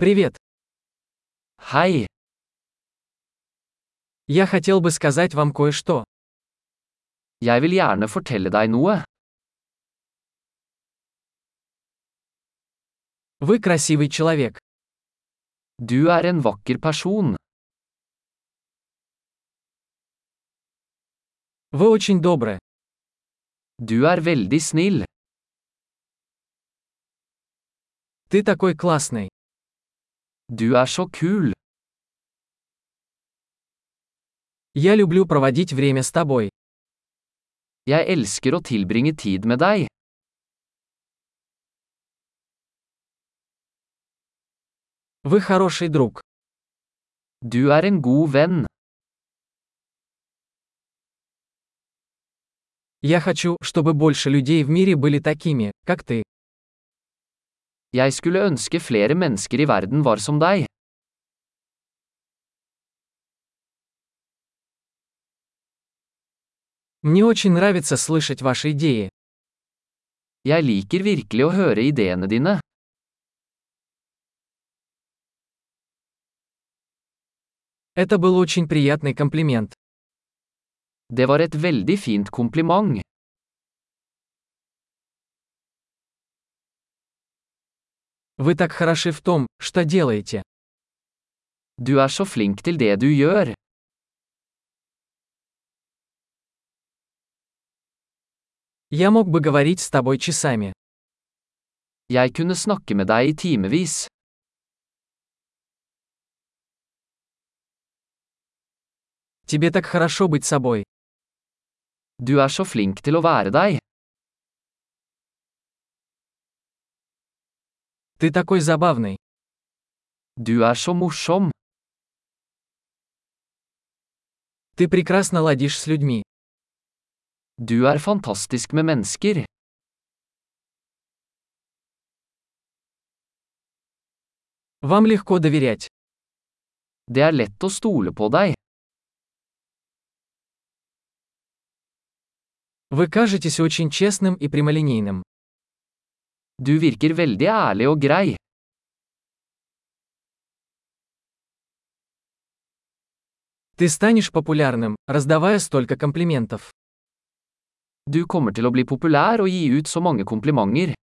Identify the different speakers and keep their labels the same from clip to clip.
Speaker 1: Привет. Хай. Я хотел бы сказать вам кое-что.
Speaker 2: Jeg vil gjerne fortelle deg noe.
Speaker 1: Вы красивый человек.
Speaker 2: Du er en vakker person.
Speaker 1: Вы очень добры.
Speaker 2: Du er veldig snill.
Speaker 1: Ты такой классный.
Speaker 2: Du er så kul.
Speaker 1: Я люблю проводить время с тобой.
Speaker 2: Jeg elsker å tilbringe tid med deg.
Speaker 1: Вы хороший друг.
Speaker 2: Du er en god venn.
Speaker 1: Я хочу, чтобы больше людей в мире были такими, как ты.
Speaker 2: Jeg skulle ønske flere mennesker i verden var som deg.
Speaker 1: Мне очень нравится слышать ваши идеи.
Speaker 2: Jeg liker virkelig å høre ideene dine.
Speaker 1: Это был очень приятный комплимент.
Speaker 2: Det var et veldig fint kompliment.
Speaker 1: Вы так хороши в том, что делаете.
Speaker 2: Du er så flink til det du gjør.
Speaker 1: Я мог бы говорить с тобой часами.
Speaker 2: Jeg kunne snakke med deg i timevis.
Speaker 1: Тебе так хорошо быть собой.
Speaker 2: Du er så flink til å være deg.
Speaker 1: Ты такой забавный.
Speaker 2: Du er så morsom.
Speaker 1: Ты прекрасно ладишь с людьми.
Speaker 2: Du er fantastisk med mennesker.
Speaker 1: Вам легко доверять.
Speaker 2: Det er lett å stole på deg.
Speaker 1: Вы кажетесь очень честным и прямолинейным.
Speaker 2: Du virker veldig ærlig og grei.
Speaker 1: Ты станешь популярным, раздавая столько комплиментов.
Speaker 2: Du kommer til å bli populær og gi ut så mange komplimenter.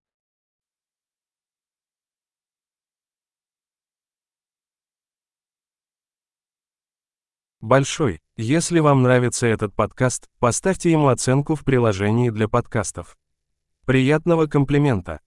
Speaker 3: Большой. Если вам нравится этот подкаст, поставьте ему оценку в приложении для подкастов. Приятного комплимента!